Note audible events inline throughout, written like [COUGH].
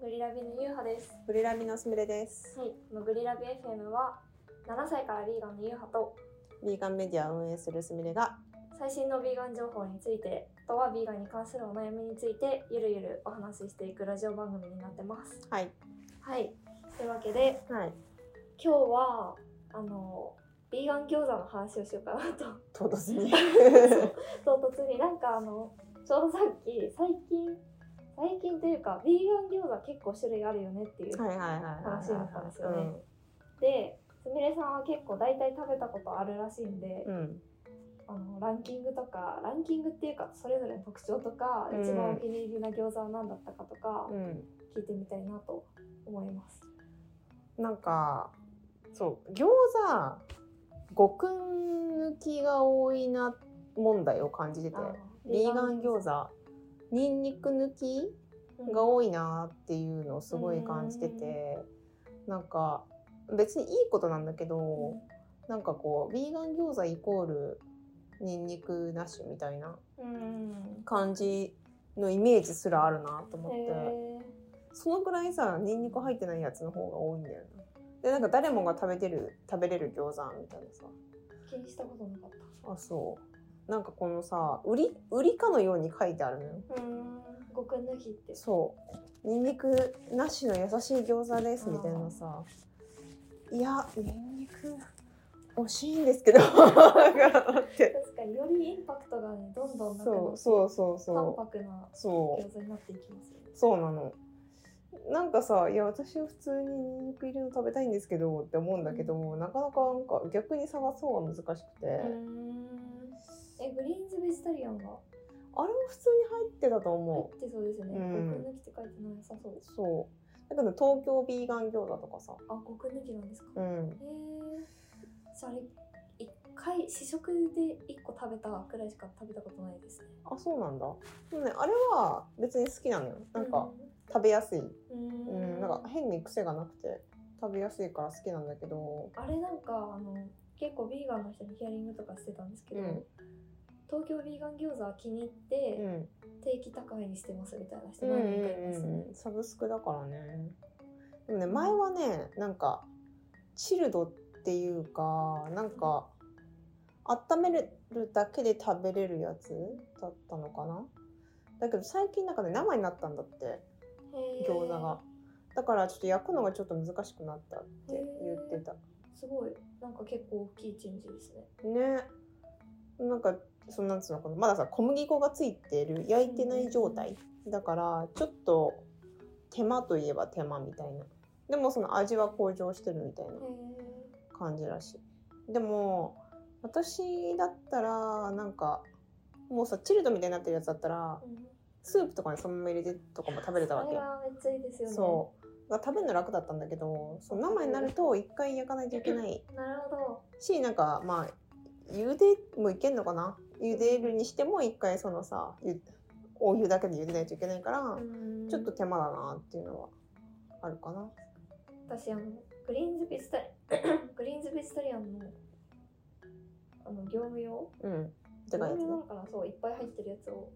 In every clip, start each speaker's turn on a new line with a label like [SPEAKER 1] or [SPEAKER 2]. [SPEAKER 1] グリラビのゆうはです。
[SPEAKER 2] ブリラミのすみれです。
[SPEAKER 1] はい、このグリラビ FM は7歳からビーガンのゆうはと
[SPEAKER 2] ビーガンメディアを運営するすみれが、
[SPEAKER 1] 最新のビーガン情報について、あとはビーガンに関するお悩みについてゆるゆるお話ししていくラジオ番組になってます。
[SPEAKER 2] はい。
[SPEAKER 1] はい、というわけで
[SPEAKER 2] はい。
[SPEAKER 1] 今日はあのビーガン餃子の話をしようかなと [LAUGHS]
[SPEAKER 2] 唐突に。
[SPEAKER 1] 唐突になんかあのちょうどさっき最近最近というかビーガン餃子結構種類あるよねっていう
[SPEAKER 2] はいはいはいはい。
[SPEAKER 1] 話だったんですよね
[SPEAKER 2] うん
[SPEAKER 1] で、すみれさんは結構大体食べたことあるらしいんで、
[SPEAKER 2] うん。
[SPEAKER 1] あのランキングとかランキングっていうかそれぞれの特徴とか、
[SPEAKER 2] うん
[SPEAKER 1] 一番お気に入りな餃子は何だったかとか
[SPEAKER 2] うん。
[SPEAKER 1] 聞いてみたいなと思います。
[SPEAKER 2] なんか、そう、餃子、五訓抜きが多いな問題を感じてて、ビーガン餃子、ニンニク抜き
[SPEAKER 1] 子
[SPEAKER 2] が多いなっていうのをすごい感じてて、なんか、別にいいことなんだけど、なんかこう、ビーガン餃子イコール、ニンニクなしみたいな
[SPEAKER 1] うん。
[SPEAKER 2] 感じのイメージすらあるなと
[SPEAKER 1] へ
[SPEAKER 2] 思って、
[SPEAKER 1] ー
[SPEAKER 2] そのくらいさ、ニンニク入ってないやつの方が多いんだよな。で、なんか誰もが食べてる、食べれる餃子みたいなさ。
[SPEAKER 1] 気にしたことなかっ
[SPEAKER 2] あ、そう。なんかこのさ、売り、売りかのように書いてあるのよ。
[SPEAKER 1] た。うん。極抜きって。
[SPEAKER 2] そう。ニンニクなしの優しい餃子ですみたいなさ。いや、ニンニク惜しいんですけど、 [LAUGHS] って。
[SPEAKER 1] 確かによりインパクトがねどんどんなくな
[SPEAKER 2] そ
[SPEAKER 1] っ
[SPEAKER 2] う
[SPEAKER 1] て
[SPEAKER 2] そうそうそ
[SPEAKER 1] 淡白な
[SPEAKER 2] う。そう。
[SPEAKER 1] 餃子になっていきますよね。
[SPEAKER 2] そうなの。なんかさ、いや、私は普通にニンニク入りの食べたいんですけどって思うんだけど、なかなかなんか逆に探そうが難しくて、
[SPEAKER 1] うん。えグリーンズベジタリアンは
[SPEAKER 2] あれも普通に入ってたと
[SPEAKER 1] 入
[SPEAKER 2] 思
[SPEAKER 1] ってそうですね。
[SPEAKER 2] う
[SPEAKER 1] 極
[SPEAKER 2] ん
[SPEAKER 1] 抜きって書いてなさそう
[SPEAKER 2] う。。そう。だから東京ビーガン餃子とかさ、
[SPEAKER 1] あ、極抜きなんですか。
[SPEAKER 2] う
[SPEAKER 1] へ
[SPEAKER 2] ん。
[SPEAKER 1] え。じゃああれ一回試食で一個食べたくらいしか食べたことないですね。
[SPEAKER 2] あ、そうなんだ。でもね、あれは別に好きなのよ。なんか食べやすい。う、
[SPEAKER 1] うん。うん
[SPEAKER 2] なんか変に癖がなくて食べやすいから好きなんだけど、
[SPEAKER 1] あれなんかあの結構ビーガンの人にヒアリングとかしてたんですけど、
[SPEAKER 2] うん
[SPEAKER 1] 東京ビーガン餃子気に入っ
[SPEAKER 2] う
[SPEAKER 1] て
[SPEAKER 2] ん。
[SPEAKER 1] 定期高めにしてますみたいな人
[SPEAKER 2] うんう
[SPEAKER 1] 何
[SPEAKER 2] ん
[SPEAKER 1] 人かいますね。
[SPEAKER 2] うん、サブスクだからねでもね前はねなんかチルドっていうかなんか温めるだけで食べれるやつだったのかなだけど最近なんかね生になったんだって
[SPEAKER 1] へー
[SPEAKER 2] 餃子が。だからちょっと焼くのがちょっと難しくなったって言ってた
[SPEAKER 1] すごいなんか結構大きいチェンジですね。
[SPEAKER 2] ねなんかそのなんつうのかなまださ小麦粉がついてる焼いてない状態だからちょっと手間といえば手間みたいなでもその味は向上してるみたいな
[SPEAKER 1] へえ。
[SPEAKER 2] 感じらしいでも私だったらなんかもうさチルドみたいになってるやつだったら
[SPEAKER 1] うん
[SPEAKER 2] スープとかにそのまま入れてとかも食べれたわ
[SPEAKER 1] あ
[SPEAKER 2] け
[SPEAKER 1] れ
[SPEAKER 2] よ
[SPEAKER 1] はめっちゃいいですよね。
[SPEAKER 2] そうだから食べるの楽だったんだけどその生になると一回焼かないといけない
[SPEAKER 1] なるほど。
[SPEAKER 2] しなんかまあ茹でもいけんのかな茹でるにしても一回そのさゆお湯だけで茹でないといけないから、
[SPEAKER 1] うん
[SPEAKER 2] ちょっと手間だなっていうのはあるかな。
[SPEAKER 1] 私あのグリーンズベジタリ
[SPEAKER 2] [CLEARS THROAT]
[SPEAKER 1] グリーンズベジタリアンのあの業務用
[SPEAKER 2] うん。
[SPEAKER 1] 業
[SPEAKER 2] でかいや
[SPEAKER 1] 務
[SPEAKER 2] つね
[SPEAKER 1] 用なのかなそういっぱい入ってるやつを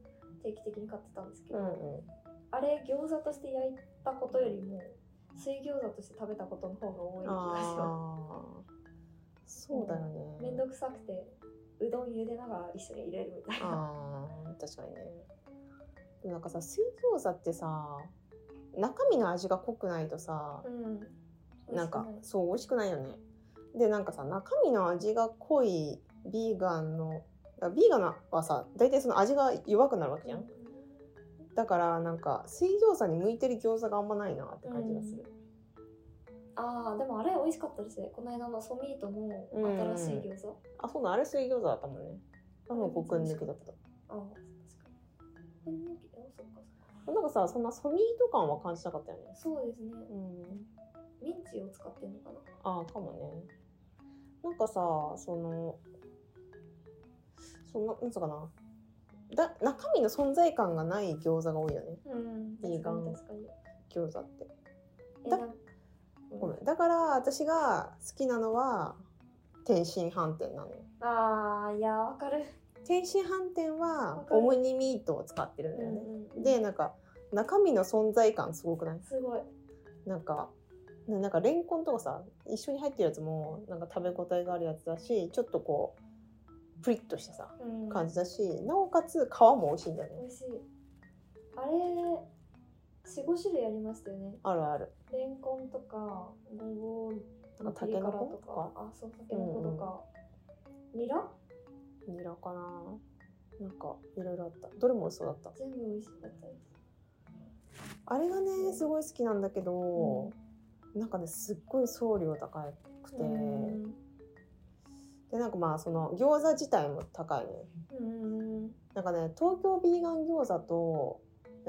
[SPEAKER 1] 定期的に買ってたんですけ
[SPEAKER 2] う
[SPEAKER 1] ど、
[SPEAKER 2] ん
[SPEAKER 1] あれ餃子として焼いたことよりも水餃子として食べたことの方が多
[SPEAKER 2] う
[SPEAKER 1] い気
[SPEAKER 2] ん。
[SPEAKER 1] がしま
[SPEAKER 2] ああ。そうだよ
[SPEAKER 1] す
[SPEAKER 2] ね。
[SPEAKER 1] めんどくさくてうどん茹でながら一緒に入れるみたいな
[SPEAKER 2] ああ、確かにね。でもなんかさ、水餃子ってさ、中身の味が濃くないとさ、
[SPEAKER 1] うん
[SPEAKER 2] なんか
[SPEAKER 1] 美味し
[SPEAKER 2] そう美味しくないよねでなんかさ中身の味が濃いビーガンのあビーガンはさ大体その味が弱くなるわ
[SPEAKER 1] く
[SPEAKER 2] け
[SPEAKER 1] ない
[SPEAKER 2] やんだからなんか水餃子に向いてる餃子があんまないなって感じがする、
[SPEAKER 1] あーでもあれ美味しかったですねこの間のソミートの新しい餃子、
[SPEAKER 2] あそうだあれ水餃子だったもんねあの五分抜きだった
[SPEAKER 1] ああ確かにうんそっかそっか
[SPEAKER 2] なんかさそんなソミート感は感じなかったよね
[SPEAKER 1] そうですね。
[SPEAKER 2] うん
[SPEAKER 1] ミンチを使ってるのかな。
[SPEAKER 2] ああかもねなんかさそのそのなんつうかなだ中身の存在感がない餃子が多いよね
[SPEAKER 1] うん。
[SPEAKER 2] ビーガン
[SPEAKER 1] 確かに。
[SPEAKER 2] 餃子って
[SPEAKER 1] え
[SPEAKER 2] だ
[SPEAKER 1] なん
[SPEAKER 2] ごめんだから私が好きなのは天津飯店なのよ
[SPEAKER 1] ああいやわかる。
[SPEAKER 2] 天津飯店
[SPEAKER 1] わ
[SPEAKER 2] は
[SPEAKER 1] かる
[SPEAKER 2] オムニミートを使ってるんだよね、
[SPEAKER 1] うんうんうん
[SPEAKER 2] でなんか中身の存在感すごくない
[SPEAKER 1] すごい
[SPEAKER 2] なんかななんかレンコンとかさ一緒に入ってるやつもなんか食べ応えがあるやつだしちょっとこうプリッとしたさ
[SPEAKER 1] うん
[SPEAKER 2] 感じだし、なおかつ皮も美味しいんだよね
[SPEAKER 1] 美味しいあれ45種類ありましたよね
[SPEAKER 2] あるある
[SPEAKER 1] レンコンとかごぼう
[SPEAKER 2] なんかタケノコとか
[SPEAKER 1] あそうタケノコとか、ニラ
[SPEAKER 2] ニラかななんかいろいろあったどれも美味しそうだった
[SPEAKER 1] 全部美味しかったです
[SPEAKER 2] あれがねすごい好きなんだけど、なんかねすっごい送料高くて、
[SPEAKER 1] うん
[SPEAKER 2] でなんかまあその餃子自体も高いね
[SPEAKER 1] うん
[SPEAKER 2] なんかね東京ビーガン餃子と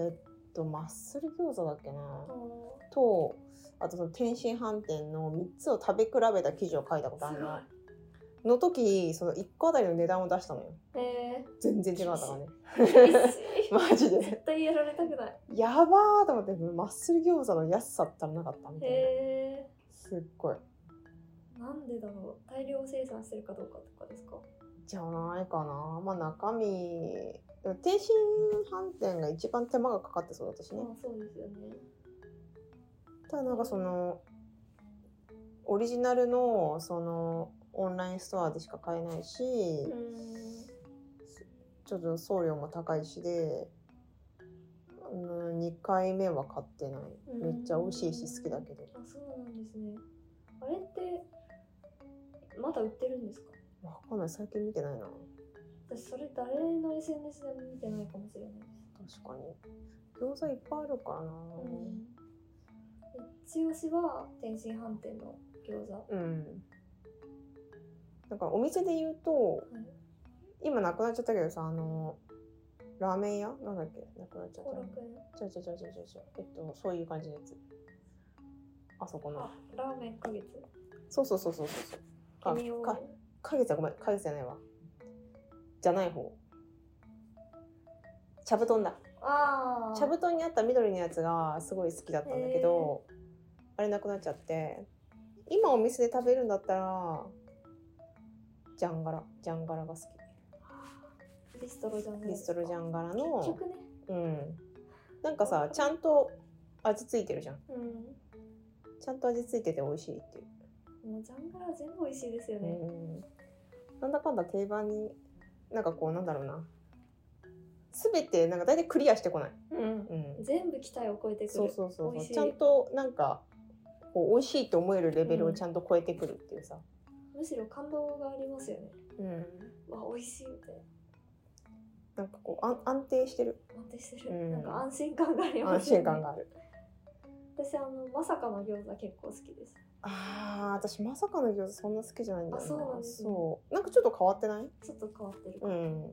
[SPEAKER 2] えっとマッスル餃子だっけな
[SPEAKER 1] そ
[SPEAKER 2] とあとその天津飯店の3つを食べ比べた記事を書いたことあるのの時その1個あたりの値段を出したのよ
[SPEAKER 1] うえ
[SPEAKER 2] 全然違うだからね
[SPEAKER 1] ー、厳しい
[SPEAKER 2] [LAUGHS] マジで
[SPEAKER 1] 絶対やられたくない
[SPEAKER 2] やばーと思ってマッスル餃子の安さったらなかったみたいな
[SPEAKER 1] え
[SPEAKER 2] すっごい
[SPEAKER 1] ー、なんでだろう大量生産してるかどうかとかですか
[SPEAKER 2] じゃないかなまあ中身でも天津飯店が一番手間がかかってそうだったしね
[SPEAKER 1] あそうですよね
[SPEAKER 2] ただなんかそのオリジナルのそのオンラインストアでしか買えないし、
[SPEAKER 1] うん
[SPEAKER 2] ちょっと送料も高いしで、うん、2回目は買ってないめっちゃ美味しいし好きだけど
[SPEAKER 1] あそうなんですねあれってまだ売ってるんですか
[SPEAKER 2] わかんない最近見てないな
[SPEAKER 1] 私それ誰の SNS でも見てないかもしれないです、
[SPEAKER 2] 確かに餃子いっぱいあるからな
[SPEAKER 1] 一押しは天津飯店の餃子
[SPEAKER 2] うん、なんかお店で言うと今なくなっちゃったけどさあのラーメン屋なんだっけなくなっちゃっ
[SPEAKER 1] 後楽
[SPEAKER 2] た
[SPEAKER 1] 園
[SPEAKER 2] ちょちょちょちょちょちょえっとそういう感じのやつあそこの
[SPEAKER 1] あラーメン花月
[SPEAKER 2] そうそうそうそうそうか
[SPEAKER 1] 君を
[SPEAKER 2] かか月はごめん、か月じゃないわ。じゃない方。茶布団だ。
[SPEAKER 1] ああ
[SPEAKER 2] 茶布団にあった緑のやつがすごい好きだったんだけど、あれなくなっちゃって、今お店で食べるんだったら、ジャンガラ、ジャンガラが好
[SPEAKER 1] ビストロじゃん
[SPEAKER 2] き。ビストロジャ
[SPEAKER 1] ん
[SPEAKER 2] ンガラ
[SPEAKER 1] 結
[SPEAKER 2] の、
[SPEAKER 1] 局ね
[SPEAKER 2] うん。なんかさ、ちゃんと味ついてるじゃん。
[SPEAKER 1] うん
[SPEAKER 2] ちゃんと味ついてて美味しいっていう。
[SPEAKER 1] もうジャンガラ全部美味しいですよね、
[SPEAKER 2] うん、なんだかんだ定番になんかこうなんだろうな全てなんか大体クリアしてこない、
[SPEAKER 1] うん
[SPEAKER 2] うん、
[SPEAKER 1] 全部期待を超えてくる
[SPEAKER 2] そうそうそう
[SPEAKER 1] 美
[SPEAKER 2] そう
[SPEAKER 1] 味しい
[SPEAKER 2] ちゃんとなんかこう美味しいと思えるレベル
[SPEAKER 1] う
[SPEAKER 2] を
[SPEAKER 1] ん
[SPEAKER 2] ちゃんと超えてくるっていうさ、
[SPEAKER 1] むしろ感動がありますよね
[SPEAKER 2] うん、
[SPEAKER 1] わ美味しいみたいな
[SPEAKER 2] なんかこうあ安定してる
[SPEAKER 1] 安定してる、
[SPEAKER 2] うん
[SPEAKER 1] なんか安心感がありま
[SPEAKER 2] 安
[SPEAKER 1] すよ
[SPEAKER 2] 心
[SPEAKER 1] ね
[SPEAKER 2] 感がある
[SPEAKER 1] 私あのまさかの餃子結構好きです
[SPEAKER 2] あー私まさかの餃子そんな好きじゃないんだよな
[SPEAKER 1] あそうなんですね
[SPEAKER 2] そうなんかちょっと変わってない
[SPEAKER 1] ちょっと変わってるか
[SPEAKER 2] う
[SPEAKER 1] ら、
[SPEAKER 2] ん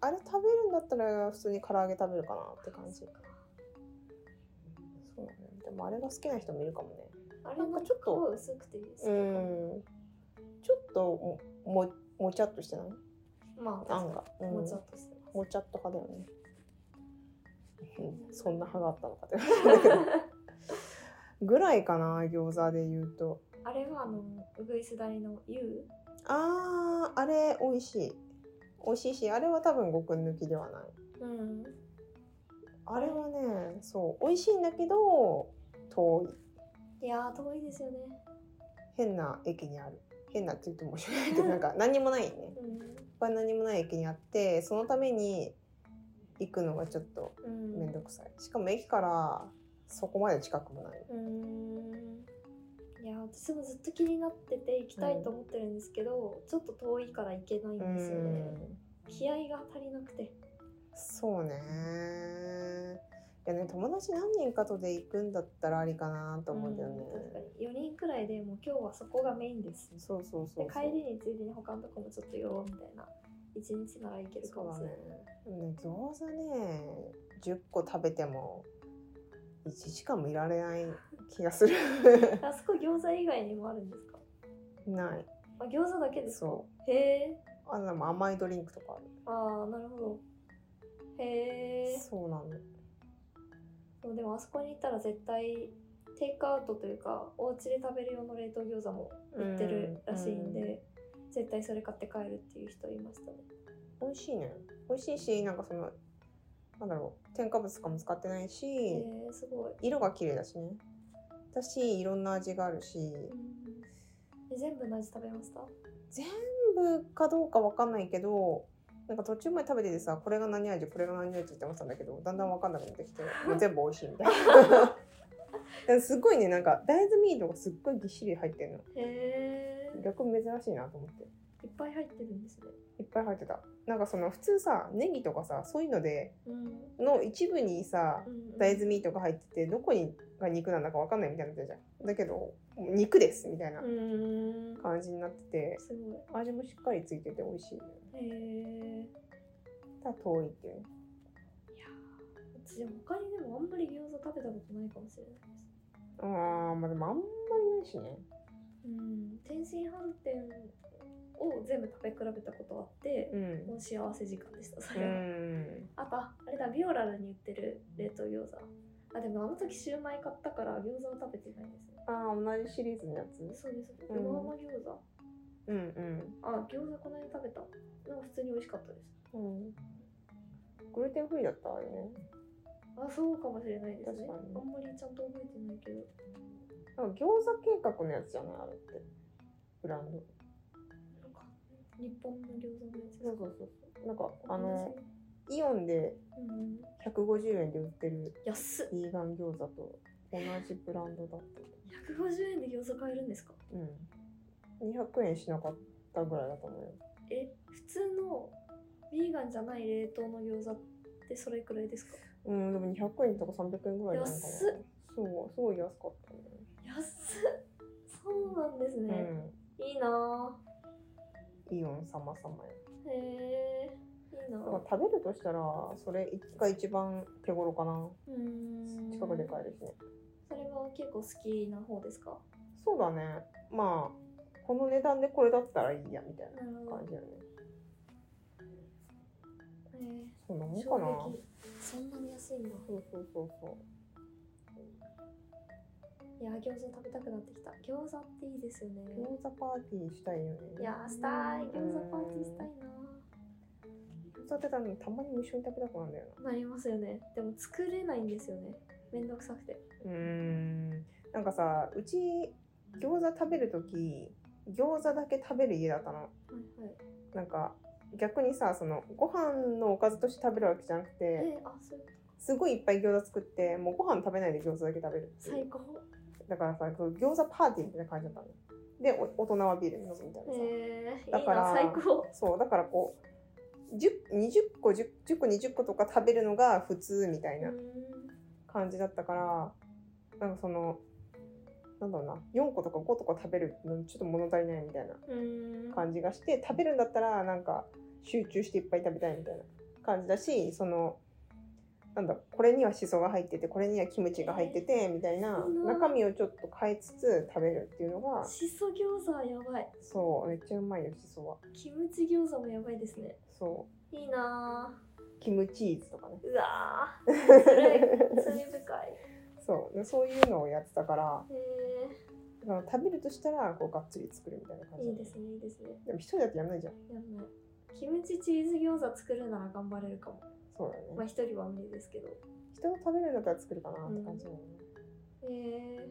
[SPEAKER 2] あれ食べるんだったら普通に唐揚げ食べるかなって感じそうねでもあれが好きな人もいるかもね
[SPEAKER 1] あれ
[SPEAKER 2] なん
[SPEAKER 1] な
[SPEAKER 2] か
[SPEAKER 1] ん
[SPEAKER 2] ちょっ
[SPEAKER 1] か
[SPEAKER 2] と
[SPEAKER 1] 皮薄くていいです
[SPEAKER 2] う
[SPEAKER 1] けど、
[SPEAKER 2] んちょっともももちゃっとしてない
[SPEAKER 1] まあ
[SPEAKER 2] あんが、うん、
[SPEAKER 1] もうちょっとしてます
[SPEAKER 2] もちゃっと派だよね、うんそんな派があったのかって [LAUGHS] 感じだけどぐらいかな餃子で言うと
[SPEAKER 1] [LAUGHS] あれはあのうぐいすだりの U
[SPEAKER 2] あーあれ美味しい美味しいしあれは多分極抜きではない
[SPEAKER 1] うん
[SPEAKER 2] あれはねそう美味しいんだけど遠い
[SPEAKER 1] いやー遠いですよね
[SPEAKER 2] 変な駅にある変なって言っても面白いけどなんか何にもないね
[SPEAKER 1] う
[SPEAKER 2] 他に何もない駅にあってそのために行くのがちょっと
[SPEAKER 1] んうん
[SPEAKER 2] 面倒くさいしかも駅からそこまで近くもない
[SPEAKER 1] うんいやー私もずっと気になってて行きたいと思ってるんですけど、ちょっと遠いから行けないん
[SPEAKER 2] うん
[SPEAKER 1] ですよね気合が足りなくて
[SPEAKER 2] そうねいやね友達何人かとで行くんだったらありかなと思うんだよね
[SPEAKER 1] ん確かに4人くらいでもう今日はそこがメインです
[SPEAKER 2] そうそうそうそう
[SPEAKER 1] で帰りについでに他のとこもちょっと寄ろうみたいな一日ならいけるか
[SPEAKER 2] そう
[SPEAKER 1] も
[SPEAKER 2] だ
[SPEAKER 1] しれ
[SPEAKER 2] ね
[SPEAKER 1] ない、
[SPEAKER 2] でもね餃子ね10個食べても1時間もいられない気が
[SPEAKER 1] [LAUGHS]
[SPEAKER 2] する
[SPEAKER 1] あそこ餃子以外にもあるんですか
[SPEAKER 2] ない
[SPEAKER 1] あ餃子だけですか
[SPEAKER 2] そ
[SPEAKER 1] へえ
[SPEAKER 2] うあでも甘いドリンクとかある
[SPEAKER 1] ああなるほどへえ
[SPEAKER 2] そうなの
[SPEAKER 1] でもあそこに行ったら絶対テイクアウトというかお家で食べる用の冷凍餃子も売ってるらしいんで、絶対それ買って帰るっていう人いましたね
[SPEAKER 2] 美味しいね美味しいしなんかそのなんだろう添加物とかも使ってないし、
[SPEAKER 1] えー、すごい、
[SPEAKER 2] 色が綺麗だしねだしいろんな味があるし
[SPEAKER 1] うんえ全部の味食べました
[SPEAKER 2] 全部かどうかわかんないけどなんか途中まで食べててさこれが何味これが何味って言ってましたんだけどだんだんわかんなくなってきて
[SPEAKER 1] [LAUGHS]
[SPEAKER 2] もう全部美味しいみたいな。でもすごいねなんか大豆ミートがすっごいぎっしり入ってるの
[SPEAKER 1] へえ
[SPEAKER 2] 逆に珍しいなと思って
[SPEAKER 1] いっぱい入ってるんですね
[SPEAKER 2] いっぱい入ってたなんかその普通さネギとかさそういうので
[SPEAKER 1] うん
[SPEAKER 2] の一部にさ
[SPEAKER 1] うん
[SPEAKER 2] 大豆ミートが入っててどこにが肉なんだかわかんないみたいになってたじゃんだけどもう肉ですみたいな
[SPEAKER 1] うん
[SPEAKER 2] 感じになってて
[SPEAKER 1] すごい
[SPEAKER 2] 味もしっかりついてて美味しい
[SPEAKER 1] へえ
[SPEAKER 2] ただ遠いっていうね
[SPEAKER 1] 私でも他にでもあんまり餃子食べたことないかもしれないです
[SPEAKER 2] あーまあでもあんまりないしね
[SPEAKER 1] うん天津飯店を全部食べ比べたことあって、
[SPEAKER 2] うん
[SPEAKER 1] もう幸せ時間でしたそうれは、
[SPEAKER 2] ん
[SPEAKER 1] あとああれだビオラルに売ってる冷凍餃子あでもあの時シューマイ買ったから餃子は食べてないですね
[SPEAKER 2] あー同じシリーズのやつ
[SPEAKER 1] そうですう
[SPEAKER 2] うん
[SPEAKER 1] まま餃子
[SPEAKER 2] うんうん
[SPEAKER 1] あ餃子この間食べたなんか普通に美味しかったです
[SPEAKER 2] うんグルテンフリーだったあれね
[SPEAKER 1] あそうかもしれないですね
[SPEAKER 2] 確かに
[SPEAKER 1] あんまりちゃんと覚えてないけど
[SPEAKER 2] なんか餃子計画のやつじゃないあれってブランド
[SPEAKER 1] なんか日本の餃子のやつ
[SPEAKER 2] そうそうそうそうなんかあの
[SPEAKER 1] 同じ
[SPEAKER 2] イオンで
[SPEAKER 1] うん
[SPEAKER 2] 150円で売ってる
[SPEAKER 1] 安っ
[SPEAKER 2] ビーガン餃子と同じブランドだった。
[SPEAKER 1] 150円で餃子買えるんですか
[SPEAKER 2] うん。200円しなかったぐらいだと思うよ。
[SPEAKER 1] え普通のヴィーガンじゃない冷凍の餃子ってそれくらいですか
[SPEAKER 2] うん、でも200円とか300円ぐらいじゃないかな。
[SPEAKER 1] 安っ
[SPEAKER 2] そう、すごい安かったね。
[SPEAKER 1] 安っそうなんですね、いいなぁ
[SPEAKER 2] うん。イオン様様や。
[SPEAKER 1] へえいいな
[SPEAKER 2] だから
[SPEAKER 1] ぁ
[SPEAKER 2] 食べるとしたら、それが一番手頃かな。
[SPEAKER 1] うーん
[SPEAKER 2] 近くで買えるしね。
[SPEAKER 1] それは結構好きな方ですか
[SPEAKER 2] そうだね。まあ、この値段でこれだったらいいや、みたい
[SPEAKER 1] なる
[SPEAKER 2] な
[SPEAKER 1] ほど
[SPEAKER 2] 感じだよね。
[SPEAKER 1] へえ
[SPEAKER 2] そんなもんか
[SPEAKER 1] 衝
[SPEAKER 2] な。
[SPEAKER 1] 撃そんなに安いんだ
[SPEAKER 2] そうそうそうそう。
[SPEAKER 1] いや餃子食べたくなってきた餃子っていいですよね
[SPEAKER 2] 餃子パーティーしたいよね。
[SPEAKER 1] いやしたい餃子パーティーしたいな
[SPEAKER 2] 餃子ってたのたまに無性に食べたくなるんだよ
[SPEAKER 1] ぁなりますよねでも作れないんですよねめんどくさくて
[SPEAKER 2] な。うん。なんかさ、うち餃子食べるとき、餃子だけ食べる家だったの。
[SPEAKER 1] はいはい
[SPEAKER 2] なんか逆にさ、そのご飯のおかずとして食べるわけじゃなくて、
[SPEAKER 1] えあそう
[SPEAKER 2] すごいいっぱい餃子作って、もうご飯食べないで餃子だけ食べるってい
[SPEAKER 1] 最
[SPEAKER 2] う。
[SPEAKER 1] 高
[SPEAKER 2] だからさ、そう餃子パーティーみたいな感じだったの。で、お大人はビール飲むみたいなさ。
[SPEAKER 1] えー、
[SPEAKER 2] だ
[SPEAKER 1] いい
[SPEAKER 2] か
[SPEAKER 1] な
[SPEAKER 2] ら
[SPEAKER 1] 最高
[SPEAKER 2] そう、だからこう。10, 20個 10, 10個20個とか食べるのが普通みたいうなん感じだったからなんかそのなんだろうな4個とか5とか食べるのにちょっと物足りないみたいな
[SPEAKER 1] うん
[SPEAKER 2] 感じがして食べるんだったらなんか集中していっぱい食べたいみたいな感じだしそのなんだこれにはしそが入っててこれにはキムチが入っててみたいな
[SPEAKER 1] そんな
[SPEAKER 2] 中身をちょっと変えつつ食べるっていうのが
[SPEAKER 1] しそ餃子はやばい
[SPEAKER 2] そうめっちゃうまいよしそは
[SPEAKER 1] キムチ餃子もやばいですね
[SPEAKER 2] そ
[SPEAKER 1] いいな
[SPEAKER 2] うキムチーズとかね
[SPEAKER 1] ぁうわぁそれ罪深い
[SPEAKER 2] そうでそういうのをやってたから
[SPEAKER 1] え
[SPEAKER 2] だから食べるとしたらこうがっつり作るみたいな感
[SPEAKER 1] ー、
[SPEAKER 2] じ
[SPEAKER 1] いいですねいいですね
[SPEAKER 2] でも一人だとやんないじゃん
[SPEAKER 1] やばいキムチチーズ餃子作るなら頑張れるかも
[SPEAKER 2] そうだよね
[SPEAKER 1] まあ一人は無理ですけど
[SPEAKER 2] 人が食べるんだったら作るかなって感じだよね。
[SPEAKER 1] え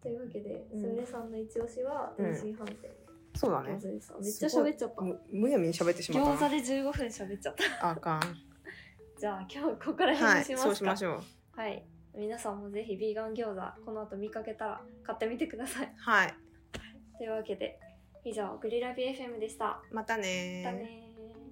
[SPEAKER 1] ー、というわけで、
[SPEAKER 2] うん
[SPEAKER 1] すみれさんの一押しは
[SPEAKER 2] うん
[SPEAKER 1] 天津飯店
[SPEAKER 2] そうだ
[SPEAKER 1] の餃。子でした、めっちゃ喋っちゃった
[SPEAKER 2] むむやみに喋ってしまっ
[SPEAKER 1] 餃
[SPEAKER 2] た
[SPEAKER 1] 子
[SPEAKER 2] な。
[SPEAKER 1] で15分喋っちゃった
[SPEAKER 2] あかん。
[SPEAKER 1] じゃあ今日ここら辺
[SPEAKER 2] は
[SPEAKER 1] に [LAUGHS] し
[SPEAKER 2] い、
[SPEAKER 1] ますか、
[SPEAKER 2] そうしましょう。
[SPEAKER 1] はい皆さんもぜひビーガン餃子この後見かけたら買ってみてください
[SPEAKER 2] はい、
[SPEAKER 1] というわけで以上グリラビ FM でした
[SPEAKER 2] またね
[SPEAKER 1] またねー